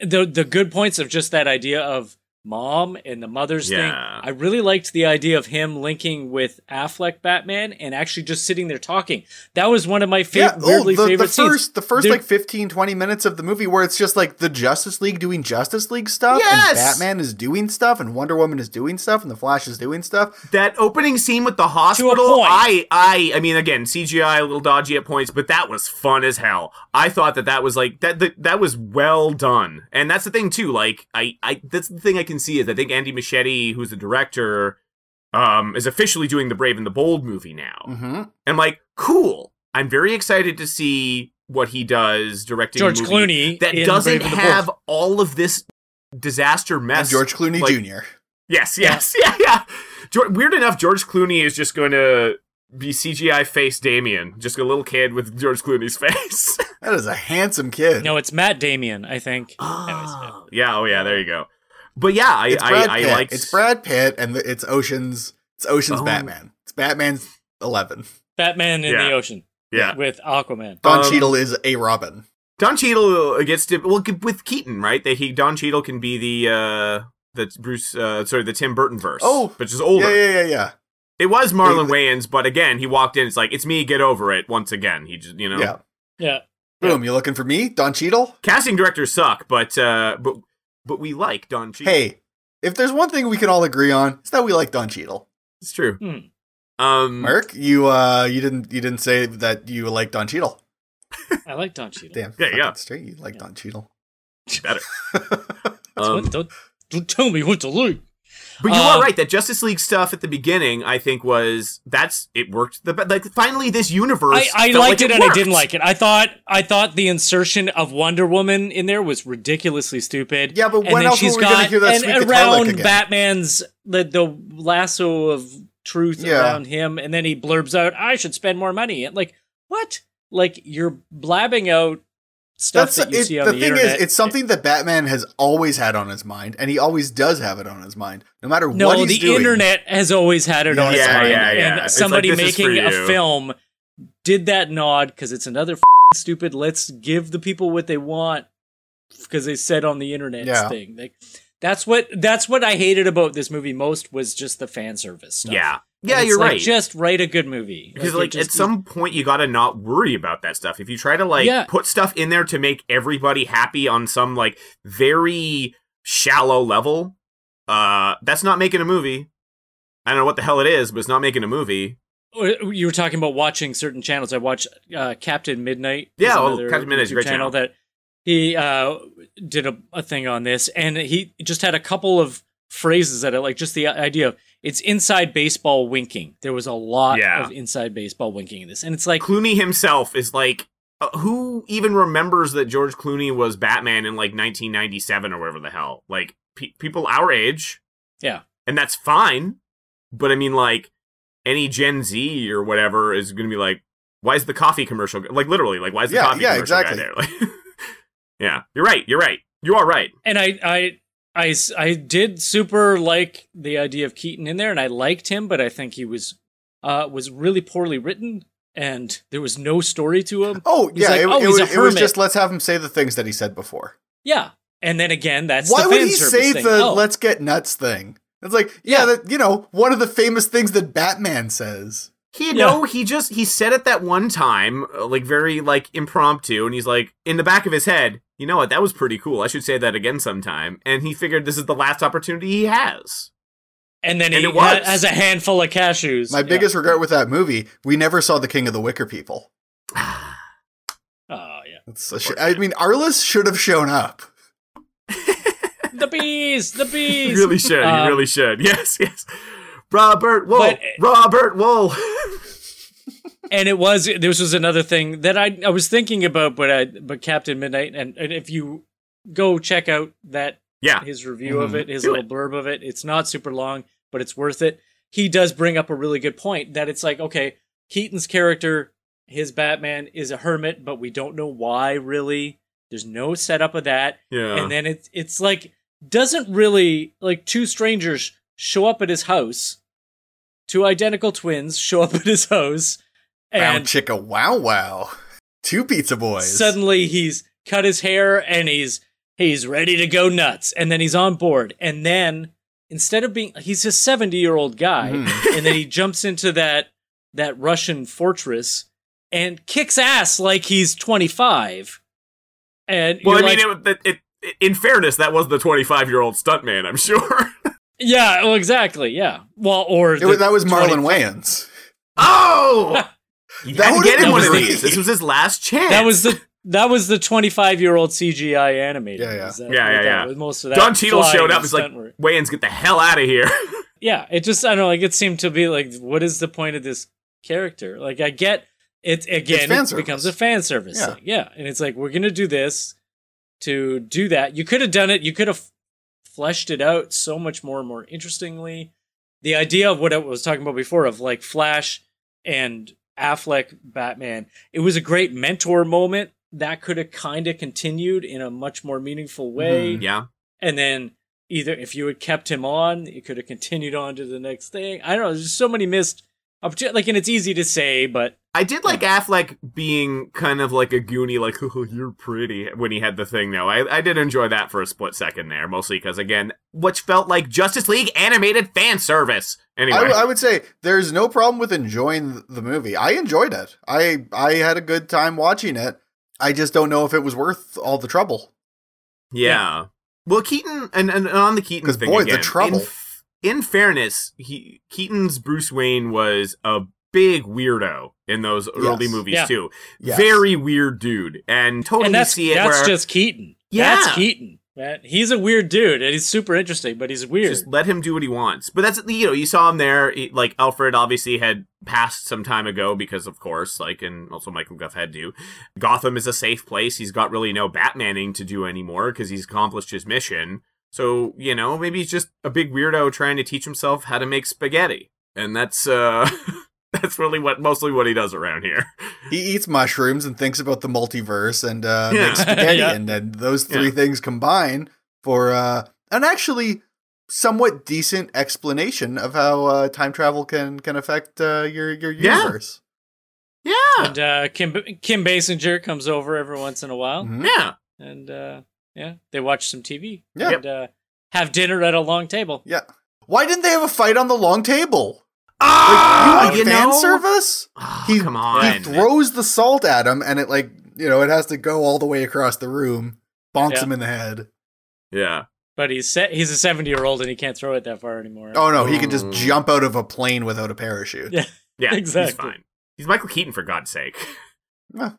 C: The the good points of just that idea of mom and the mother's thing.
B: Yeah.
C: I really liked the idea of him linking with Affleck Batman and actually just sitting there talking. That was one of my favorite
A: oh,
C: weirdly
A: the,
C: favorite
A: the first
C: scenes.
A: the first
C: There-
A: like 15 20 minutes of the movie where it's just like the Justice League doing Justice League stuff and
B: Yes!
A: Batman is doing stuff and Wonder Woman is doing stuff and the Flash is doing stuff.
B: that opening scene with the hospital.
C: point.
B: I, I, I mean, again, CGI a little dodgy at points, but that was fun as hell. I thought that that was like that. That, that was well done, and that's the thing too. Like, I, I, that's the thing I can see is I think Andy Machete, who's the director, um, is officially doing the Brave and the Bold movie now.
A: hmm
B: And like, cool. I'm very excited to see what he does directing
C: George
B: a movie
C: Clooney
B: that
C: in
B: doesn't
C: Brave and the Bold.
B: have all of this disaster
A: And
B: mess.
A: George Clooney
B: like-
A: Jr.
B: Yes, yes, <laughs> yeah, yeah. Geor Weird enough, George Clooney is just going to be CGI face Damien, just a little kid with George Clooney's <laughs> face.
A: That is a handsome kid.
C: No, it's Matt Damien, I think.
B: Oh, yeah, oh yeah, there you go. But yeah, I
A: it's
B: I,
A: Brad
B: I
A: Pitt.
B: liked
A: it's Brad Pitt and the, it's Ocean's it's Ocean's
B: Oh.
A: Batman. It's Batman's 11.
C: Batman in
B: Yeah.
C: the ocean
B: Yeah,
C: with Aquaman.
A: Don
B: Um,
A: Cheadle is a Robin.
B: Don Cheadle gets to well with Keaton, right? That he Don Cheadle can be the uh the Bruce uh sorry the Tim Burton verse.
A: Oh,
B: which is older.
A: Yeah, yeah, yeah, yeah.
B: It was Marlon
A: They-
B: Wayans, but again, he walked in. It's like it's me. Get over it. Once again, he just you know
A: Yeah.
C: Yeah.
A: Boom, you looking for me? Don Cheadle?
B: casting directors suck, but uh but but we like Don Cheadle.
A: Hey, if there's one thing we can all agree on, it's that we like Don Cheadle.
B: It's true.
C: Hmm.
B: Um,
A: Merc, you uh you didn't you didn't say that you like Don Cheadle.
C: I like Don Cheadle.
A: Damn,
B: Yeah,
A: fucking
B: yeah.
A: straight, you like Don Cheadle.
B: Better.
C: That's what-
B: um,
C: don't, don't tell me what to like.
B: but you
C: Um,
B: are right. That Justice League stuff at the beginning, I think, was that's it worked. The be- like finally this universe.
C: I, I
B: felt
C: liked
B: like
C: it, and I
B: worked.
C: didn't like it. I thought I thought the insertion of Wonder Woman in there was ridiculously stupid.
A: Yeah, but
C: and
A: when
C: then
A: else
C: she's
A: were we gonna
C: got-
A: hear that sweet
C: and
A: guitar lick
C: around
A: again?
C: Batman's the the lasso of truth
A: Yeah.
C: around him, and then he blurbs out, "I should spend more money." And like what? Like you're blabbing out stuff
A: That's
C: that you
A: it,
C: see on
A: the,
C: the,
A: thing
C: internet.
A: is, it's something that Batman has always had on his mind, and he always does have it on his mind, no matter
C: No,
A: what he's
C: the
A: doing.
C: internet has always had it on its
A: Yeah,
C: mind,
A: yeah,
B: yeah.
C: and
B: It's
C: somebody
B: like, this is for
C: making a
B: you.
C: film did that nod because it's another f- stupid. Let's give the people what they want because they said on the internet
A: Yeah.
C: thing. Like that's what that's what I hated about this movie most was just the fan service stuff.
B: Yeah,
C: And
B: yeah,
C: it's
B: you're
C: like,
B: right.
C: Just write a good movie
B: because
C: it
B: like,
C: just-
B: at some point you gotta not worry about that stuff. If you try to like
C: Yeah.
B: put stuff in there to make everybody happy on some like very shallow level, uh, that's not making a movie. I don't know what the hell it is, but it's not making a movie.
C: Oh, you were talking about watching certain channels. I watch uh, Captain Midnight.
B: Yeah,
C: is
B: oh,
C: another
B: Captain Midnight's a
C: YouTube
B: great channel.
C: that he uh, did a, a thing on this, and he just had a couple of phrases that I like. Just the uh, idea of it's inside baseball winking. There was a lot
B: Yeah.
C: of inside baseball winking in this, and it's like
B: Clooney himself is like, uh, who even remembers that George Clooney was Batman in like 1997 or whatever the hell? Like pe- people our age,
C: Yeah.
B: and that's fine. But I mean, like any Gen Z or whatever is going to be like, why is the coffee commercial? g-" Like literally, like why is the
A: Yeah,
B: coffee
A: yeah,
B: commercial
A: exactly.
B: guy there? <laughs> Like, yeah, you're right. You're right. You are right.
C: and I, I I s- I did super like the idea of Keaton in there, and I liked him, but I think he was uh, was really poorly written, and there was no story to him.
A: Oh
C: He's
A: yeah,
C: like,
A: it,
C: "Oh,
A: it
C: he's
A: was,
C: a
A: it was
C: hermit."
A: just let's have him say the things that he said before.
C: Yeah, and then again, that's
A: Why
C: the
A: would
C: fan
A: he
C: service
A: say
C: thing.
A: the
C: Oh,
A: "let's get nuts" thing? It's like yeah,
C: Yeah.
A: that you know one of the famous things that Batman says.
B: He
C: Yeah.
B: no, he just he said it that one time, uh, like very like impromptu, and he's like in the back of his head. You know what? That was pretty cool. I should say that again sometime. And he figured this is the last opportunity he has.
C: and then
B: and
C: he
B: it was.
C: ha- has a handful of cashews.
A: My
C: Yeah.
A: biggest regret with that movie, we never saw the King of the Wicker people.
C: Oh
A: <laughs>
C: yeah,
A: It's a sh- I mean, Arliss should have shown up.
C: the bees, the
B: He
C: bees.
B: really should.
C: Um,
B: he really should. <laughs> Yes, yes. Robert Wool.
C: But- uh,
B: Robert Wool. <laughs>
C: and it was this was another thing that I I was thinking about, but I but Captain Midnight, and, and if you go check out that
B: yeah.
C: his review of
A: Mhm.
C: it, his
B: Do
C: little blurb of it. It's not super long, but it's worth it. He does bring up a really good point that it's like, okay, Keaton's character, his Batman is a hermit, but we don't know why really. There's no setup of that.
B: Yeah.
C: And then it's it's like doesn't really like two strangers show up at his house, two identical twins show up at his house,
A: Wow,
C: and
A: chicka, wow, wow. Two pizza boys.
C: suddenly he's cut his hair and he's he's ready to go nuts and then he's on board and then instead of being he's a 70 year old guy
B: Hmm.
A: Mhm.
C: and then he jumps into that that russian fortress and kicks ass like he's 25 and
B: well, I
C: you're like,
B: mean, it, it, it, in fairness, that was the 25 year old stuntman, I'm sure. <laughs>
C: yeah well exactly yeah well or
A: It was,
C: the
A: that was
C: 20
A: Marlon Wayans.
C: <laughs>
B: oh! You
A: That
B: had to
A: would've
B: get
C: been
B: him one of
A: great.
B: these. This was his last chance.
C: that was the that was the 25 year old cgi animator
A: Yeah, yeah.
B: Yeah, yeah, yeah.
C: most of that
B: Don Cheadle
C: flying
B: showed up.
C: and
B: It's like,
C: stunt work.
B: Wayans, get the hell out of here. <laughs>
C: yeah, it just I don't know, like it seemed to be like what is the point of this character? Like I get it again
A: fan
C: it becomes
A: service.
C: a fan service.
A: Yeah.
C: Yeah. yeah. And it's like we're gonna do this to do that. You could have done it, you could have fleshed it out so much more and more interestingly. The idea of what I was talking about before of like Flash and Affleck Batman, it was a great mentor moment that could have kind of continued in a much more meaningful way
B: Mm-hmm. yeah.
C: and then either if you had kept him on, it could have continued on to the next thing. I don't know. There's so many missed opportunities. Like, and it's easy to say, but
B: I did like Affleck being kind of like a goonie, like, <laughs> oh, you're pretty, when he had the thing, though. I, I did enjoy that for a split second there, mostly because, again, which felt like Justice League animated fan service. Anyway.
A: I, w- I would say there's no problem with enjoying the movie. I enjoyed it. I I had a good time watching it. I just don't know if it was worth all the trouble.
B: Yeah. Well, Keaton and, and on the Keaton
A: 'Cause
B: thing
A: boy, the
B: again.
A: trouble.
B: In, f- in fairness, he Keaton's Bruce Wayne was a big weirdo in those early
A: Yes.
B: movies
C: Yeah.
B: too.
A: Yes.
B: Very weird dude, and totally
C: and that's
B: Oh, see it
C: that's
B: where
C: just Keaton.
B: Yeah.
C: that's Keaton. Man, he's a weird dude, and he's super interesting, but he's weird.
B: just let him do what he wants. But that's you know you saw him there. he- like Alfred obviously had passed some time ago because of course, like and also Michael Guff had to. Gotham is a safe place. He's got really no Batmaning to do anymore because he's accomplished his mission. So you know maybe he's just a big weirdo trying to teach himself how to make spaghetti, and that's uh <laughs> that's really what mostly what he does around here.
A: He eats mushrooms and thinks about the multiverse and uh, <laughs>
B: Yeah.
A: makes spaghetti,
C: Yeah.
A: and then those three
B: Yeah.
A: things combine for uh, an actually somewhat decent explanation of how uh, time travel can can affect uh, your your
B: Yeah.
A: universe.
B: Yeah,
C: and uh, Kim Kim Basinger comes over every once in a while,
A: Mhm.
B: yeah.
C: and uh, yeah, they watch some TV
A: Yeah.
C: and uh, have dinner at a long table.
A: Yeah. Why didn't they have a fight on the long table? Like,
B: Ah,
A: you want fan service?
B: Oh,
A: He-
B: come on.
A: He throws the salt at him, and it like you know it has to go all the way across the room, bonks
C: Yeah.
A: him in the head.
B: yeah.
C: But he's se- he's a seventy year old, and he can't throw it that far anymore.
A: Oh no, he can just
B: Mm.
A: jump out of a plane without a parachute.
C: Yeah.
B: Yeah,
C: Exactly.
B: he's fine. He's Michael Keaton for God's sake.
C: Uh,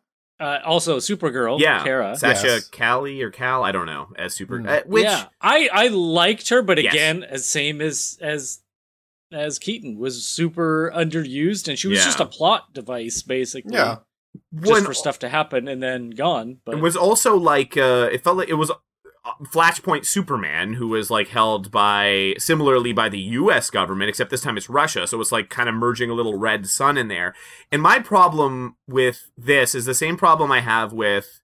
C: also, Supergirl,
B: yeah,
C: Kara.
B: Sasha
A: Yes.
B: Callie or Cal, I don't know, as Super.
A: Hmm.
B: uh, which
C: yeah, I I liked her, but
B: Yes.
C: again, as same as as as Keaton was super underused, and she was
B: Yeah.
C: just a plot device basically,
A: Yeah.
C: just
B: when-
C: for stuff to happen and then gone. But
B: It was also like uh, it felt like it was uh, Flashpoint Superman, who was like held by similarly by the U.S. government, except this time it's Russia, so it's like kind of merging a little red sun in there. And my problem with this is the same problem I have with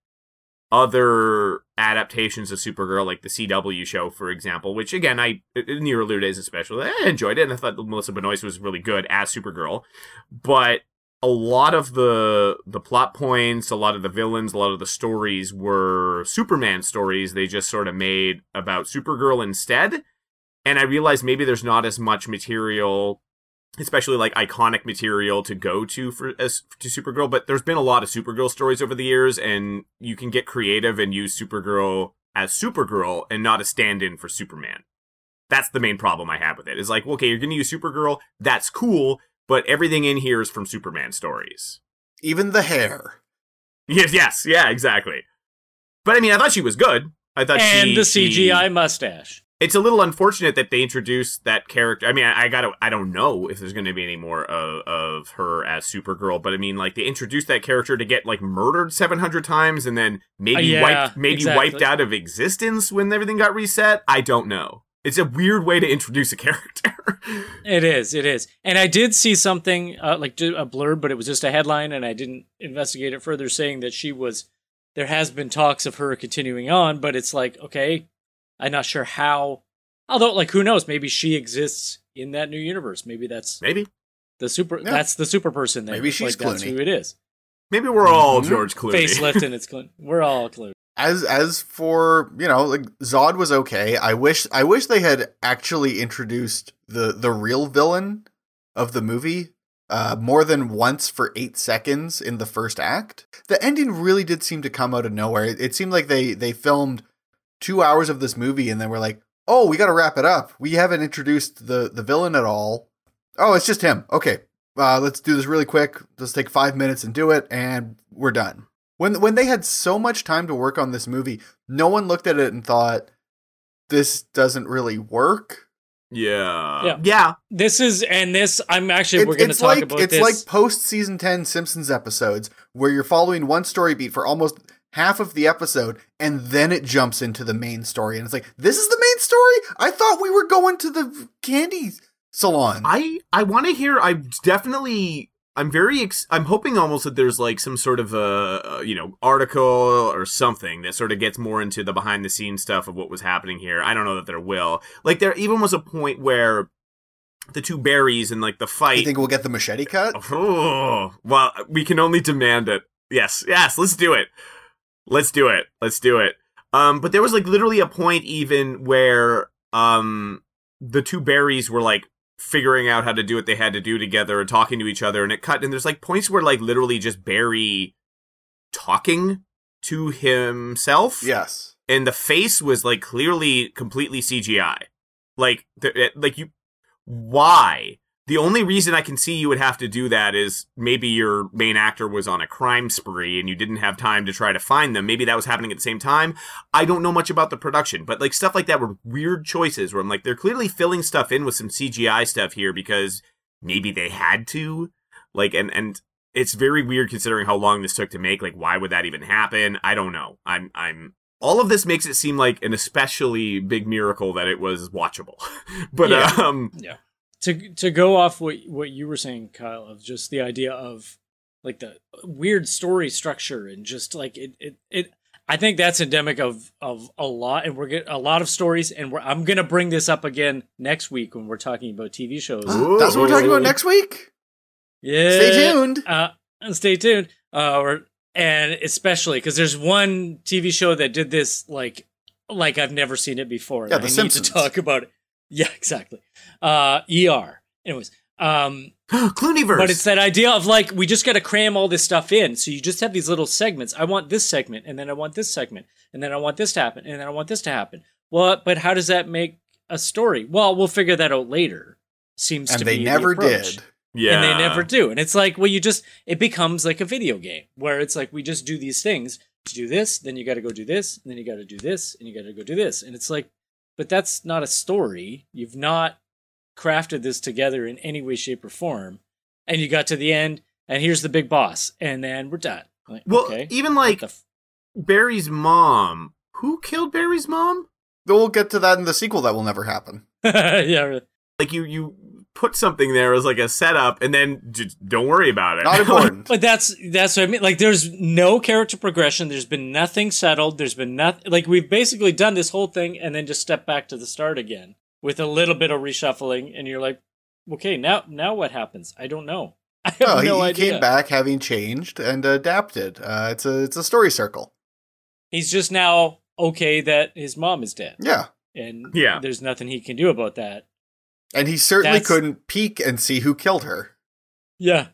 B: other adaptations of Supergirl, like the CW show, for example. Which again, I in the earlier days especially, I enjoyed it, and I thought Melissa Benoist was really good as Supergirl, but a lot of the the plot points, a lot of the villains, a lot of the stories were Superman stories. They just sort of made about Supergirl instead. And I realized maybe there's not as much material, especially like iconic material to go to for as to Supergirl. But there's been a lot of Supergirl stories over the years, and you can get creative and use Supergirl as Supergirl and not a stand-in for Superman. That's the main problem I have with it. It's like, okay, you're going to use Supergirl. That's cool but everything in here is from Superman stories.
A: Even the hair.
B: Yes, yes, yeah, exactly. But I mean, I thought she was good. I thought
C: and
B: she,
C: the
B: she-
C: CGI mustache.
B: it's a little unfortunate that they introduced that character. I mean, I, I gotta, I don't know if there's going to be any more of, of her as Supergirl, but I mean, like they introduced that character to get like murdered 700 times and then maybe
C: Uh, yeah,
B: wiped, maybe
C: exactly.
B: wiped out of existence when everything got reset. I don't know. It's a weird way to introduce a <laughs> character.
C: It is, it is, and I did see something uh, like ju- a blurb, but it was just a headline, and I didn't investigate it further, saying that she was. There has been talks of her continuing on, but it's like okay, I'm not sure how. Although, like, who knows? Maybe she exists in that new universe. Maybe that's
B: maybe,
C: The super
A: Yeah.
C: that's the super person there.
A: Maybe she's
C: like, That's
A: Clooney.
C: who it is.
B: maybe we're all
A: Mhm.
B: George Clooney.
C: Mm-hmm. Facelift and it's Clooney. We're all Clooney.
A: as as for you know like zod was okay i wish i wish they had actually introduced the the real villain of the movie uh more than once for eight seconds in the first act the ending really did seem to come out of nowhere it, it seemed like they they filmed two hours of this movie and then we're like oh we gotta wrap it up we haven't introduced the the villain at all oh it's just him okay uh let's do this really quick let's take five minutes and do it and we're done when when they had so much time to work on this movie, no one looked at it and thought this doesn't really work.
B: Yeah.
C: Yeah. This is and this I'm actually
A: It-
C: we're gonna
A: it's
C: talk
A: like
C: about
A: it's
C: this.
A: like post season ten Simpsons episodes where you're following one story beat for almost half of the episode and then it jumps into the main story and it's like this is the main story. I thought we were going to the candy salon.
B: I I want to hear. I definitely. I'm very. Ex- I'm hoping almost that there's like some sort of a uh, you know article or something that sort of gets more into the behind the scenes stuff of what was happening here. I don't know that there will. Like there even was a point where the two berries and like the
A: you
B: fight.
A: think we'll get the machete cut?
B: Oh, well, we can only demand it. Yes, yes, let's do it. Let's do it. Let's do it. Um, but there was like literally a point even where um the two berries were like figuring out how to do what they had to do together and talking to each other and it cut and there's like points where like literally just Barry talking to himself
A: Yes.
B: and the face was like clearly completely CGI. Like, th- it- like you, why? The only reason I can see you would have to do that is maybe your main actor was on a crime spree and you didn't have time to try to find them. Maybe that was happening at the same time. I don't know much about the production, but like stuff like that were weird choices where I'm like, they're clearly filling stuff in with some CGI stuff here because maybe they had to. Like, and, and, it's very weird considering how long this took to make. Like, why would that even happen? I don't know. I'm, I'm, all of this makes it seem like an especially big miracle that it was watchable. <laughs> but
C: Yeah.
B: um
C: to to go off what what you were saying, Kyle, of just the idea of like the weird story structure and just like it it, it I think that's endemic of of a lot, and we're get a lot of stories, and we're, I'm gonna bring this up again next week when we're talking about TV shows.
B: Ooh.
A: That's what we're talking about next week.
C: Yeah,
A: Stay tuned.
C: uh, and stay tuned. Uh, or, and especially because there's one TV show that did this like like I've never seen it before. and
A: Yeah,
C: I
A: The Simpsons.
C: need to talk about it. <laughs> Yeah, exactly. Uh, ER. Anyways, um,
B: <gasps> Clooneyverse.
C: but it's that idea of like we just got to cram all this stuff in. So you just have these little segments. I want this segment, and then I want this segment, and then I want this to happen, and then I want this to happen. Well, but how does that make a story? Well, we'll figure that out later. Seems
A: And
C: to
A: they
C: be the
A: never
C: approach.
A: did.
B: Yeah.
C: and they never do. And it's like, well, you just it becomes like a video game where it's like we just do these things to do this, then you got to go do this, and then you got to do this, and you got to go do this, and it's like, but that's not a story. You've not crafted this together in any way, shape, or form, and you got to the end, and here's the big boss, and then we're done. Like,
B: Well, e
C: okay,
B: even
C: what
B: like
C: the f-
B: Barry's mom. Who killed Barry's mom?
A: We'll get to that in the sequel that will never happen.
C: <laughs> yeah, really.
B: Like you you put something there as like a setup, and then just don't worry about it. <laughs>
A: Not important.
C: But that's that's what I mean. Like, there's no character progression. There's been nothing settled. There's been nothing. Like, we've basically done this whole thing and then just step back to the start again with a little bit of reshuffling. And you're like, okay, now now what happens? I don't know. <laughs> I have
A: no, Oh, he,
C: no
A: he
C: idea.
A: came back having changed and adapted. Uh, it's a it's a story circle.
C: He's just now okay that his mom is dead,
A: Yeah,
C: and
B: Yeah.
C: there's nothing he can do about that.
A: and he certainly
C: That's-
A: couldn't peek and see who killed her.
C: Yeah,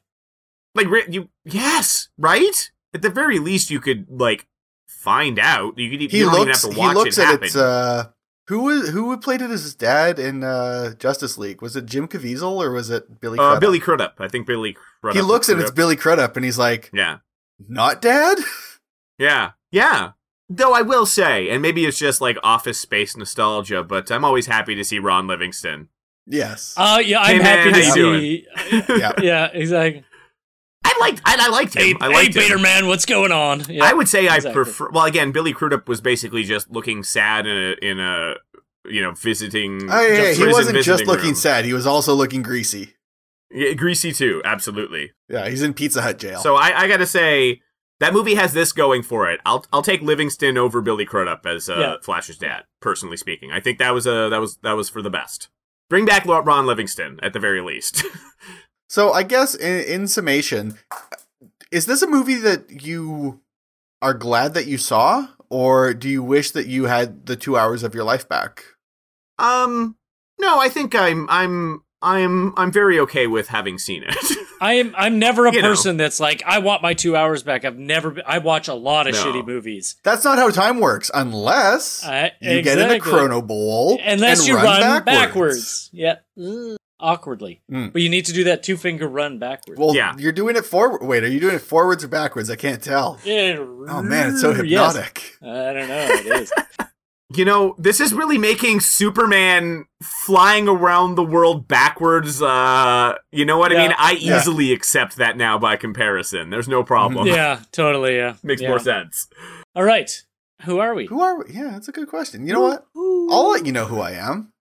B: like re- you yes right at the very least you could like find out you could e, you
A: He
B: don't
A: looks
B: even have to
A: he
B: watch
A: looks
B: it
A: at
B: happen
A: its uh, who was who played it as his dad in uh, Justice League? Was it Jim Caviezel or was it Billy?
B: uh,
A: Crudup?
B: billy crudup i think billy crudup
A: He looks at
B: Crudup.
A: it's Billy Crudup and he's like,
B: yeah
A: "Not dad." <laughs>
B: yeah yeah though i will say and maybe it's just like office space nostalgia but i'm always happy to see ron livingston
A: yes.
C: uh, yeah. I'm
B: Hey, man,
C: happy
B: how
C: to
B: you
C: see.
B: <laughs>
A: yeah.
C: <laughs> yeah, exactly.
B: i liked i, I liked him i
C: hey,
B: liked him.
C: Bader man, what's going on? Yeah.
B: I would say I
C: exactly.
B: prefer. Well, again, Billy Crudup was basically just looking sad in a in a you know visiting.
A: Oh, yeah, yeah, he
B: prison
A: wasn't just
B: visiting
A: looking
B: room.
A: sad; he was also looking greasy.
B: Yeah, greasy too, absolutely.
A: Yeah, he's in Pizza Hut jail.
B: So I, I gotta say that movie has this going for it. I'll I'll take Livingston over Billy Crudup as uh,
C: Yeah.
B: Flash's dad, personally speaking. I think that was uh that was that was for the best. Bring back Lo- Ron Livingston at the very least. <laughs>
A: So I guess in, in summation, is this a movie that you are glad that you saw, or do you wish that you had the two hours of your life back?
B: um, no, I think I'm I'm I'm I'm very okay with having seen it. <laughs>
C: I'm I'm never a
B: You know.
C: person that's like I want my two hours back. I've never been, I watch a lot of
B: No.
C: shitty movies.
A: That's not how time works, unless
C: I,
A: you
C: exactly.
A: get in a chrono bowl,
C: unless
A: and
C: you run, backwards. Yeah, Ugh. awkwardly.
A: Mm.
C: But you need to do that two finger run backwards.
A: Well,
B: Yeah.
A: you're doing it forward. Wait, are you doing it forwards or backwards? I can't tell. Oh
C: oh
A: man, it's so hypnotic.
C: I don't know. It is.
B: you know, this is really making Superman flying around the world backwards. Uh, you know what I
C: Yeah.
B: mean? I
A: Yeah.
B: easily accept that now by comparison. There's no problem.
C: yeah, totally. Yeah,
B: <laughs> Makes
C: Yeah.
B: more sense.
C: All right, who are we?
A: Who are we? Yeah, that's a good question. You know what? I'll let you know who I am.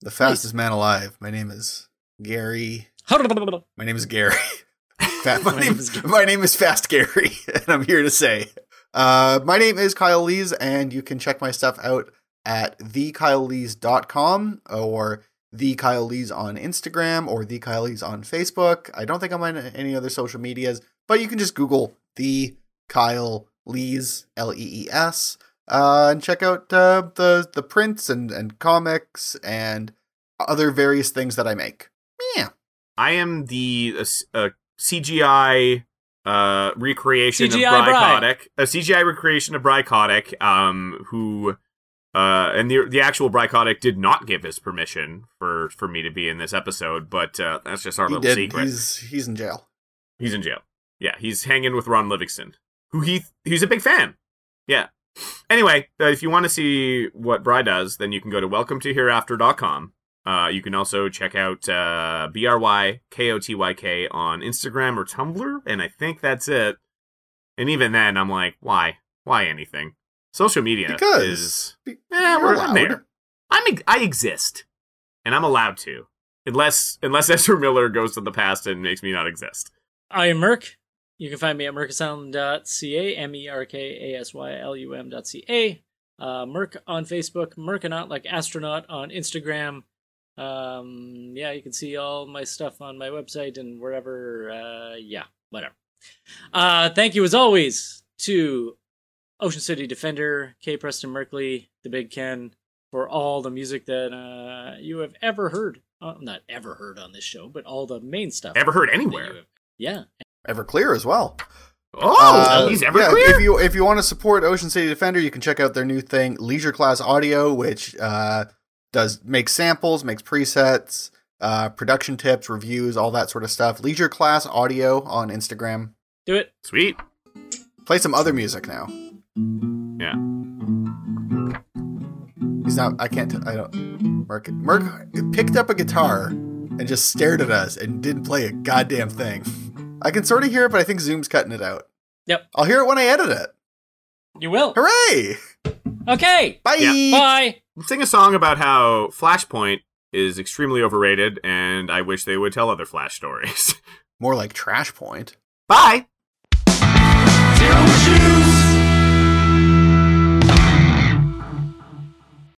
A: The fastest man alive. My name is Gary My name is Gary. Fa- my, name is, my name is Fast Gary, <laughs> and I'm here to say. Uh, my name is Kyle Lees, and you can check my stuff out at thekylelees.com or the Kyle Lees on Instagram or the Kyle Lees on Facebook. I don't think I'm on any other social medias, but you can just Google the Kyle Lees, L E E S, uh, and check out uh, the the prints and, and comics and other various things that I make. Yeah.
B: I am the uh, s- uh, CGI uh, recreation
C: CGI
B: of Bry
C: Bry.
B: Kotick, a CGI recreation of Bry Kotick, um, who uh, and the the actual Bry Kotick did not give his permission for for me to be in this episode, but uh, that's just our
A: He
B: little
A: did.
B: secret. He's,
A: He's, he's in jail.
B: in jail. Yeah, he's hanging with Ron Livingston, who he he's a big fan. Yeah. Anyway, uh, if you want to see what Bry does, then you can go to welcometohereafter.com. Uh, you can also check out uh, B-R-Y-K-O-T-Y-K on Instagram or Tumblr, and I think that's it. And even then, I'm like, why? Why anything? Social media
A: Because
B: is...
A: be-
B: Eh,
A: you're
B: we're,
A: allowed.
B: I'm there. I'm, ex- I exist, and I'm allowed to. Unless unless <laughs> Ezra Miller goes to the past and makes me not exist.
C: I am Merck. You can find me at merkasound.ca, M E R K A S Y L U M.ca. Uh, Merck on Facebook, Merkonaut like astronaut on Instagram. Um, yeah, you can see all my stuff on my website and wherever. Uh, yeah, whatever. Uh, thank you as always to Ocean City Defender, K. Preston Merkley, the Big Ken, for all the music that uh, you have ever heard. Uh, not ever heard on this show, but all the main stuff.
B: Ever heard
C: that you
B: anywhere.
C: have- Yeah.
A: Everclear as well.
B: Oh,
A: Uh,
B: he's
A: yeah,
B: Everclear.
A: if you if you want to support Ocean City Defender, you can check out their new thing, Leisure Class Audio, which uh, does makes samples, makes presets, uh, production tips, reviews, all that sort of stuff. Leisure Class Audio on Instagram.
C: Do it.
B: Sweet.
A: Play some other music now.
B: Yeah.
A: He's not. I can't. I I don't. Merc. Merc picked up a guitar and just stared at us and didn't play a goddamn thing. I can sort of hear it, but I think Zoom's cutting it out.
C: Yep.
A: I'll hear it when I edit it.
C: You will.
A: Hooray!
C: Okay.
A: Bye.
C: Bye.
B: Sing a song about how Flashpoint is extremely overrated, and I wish they would tell other Flash stories. <laughs>
A: More like Trash Point.
B: Bye.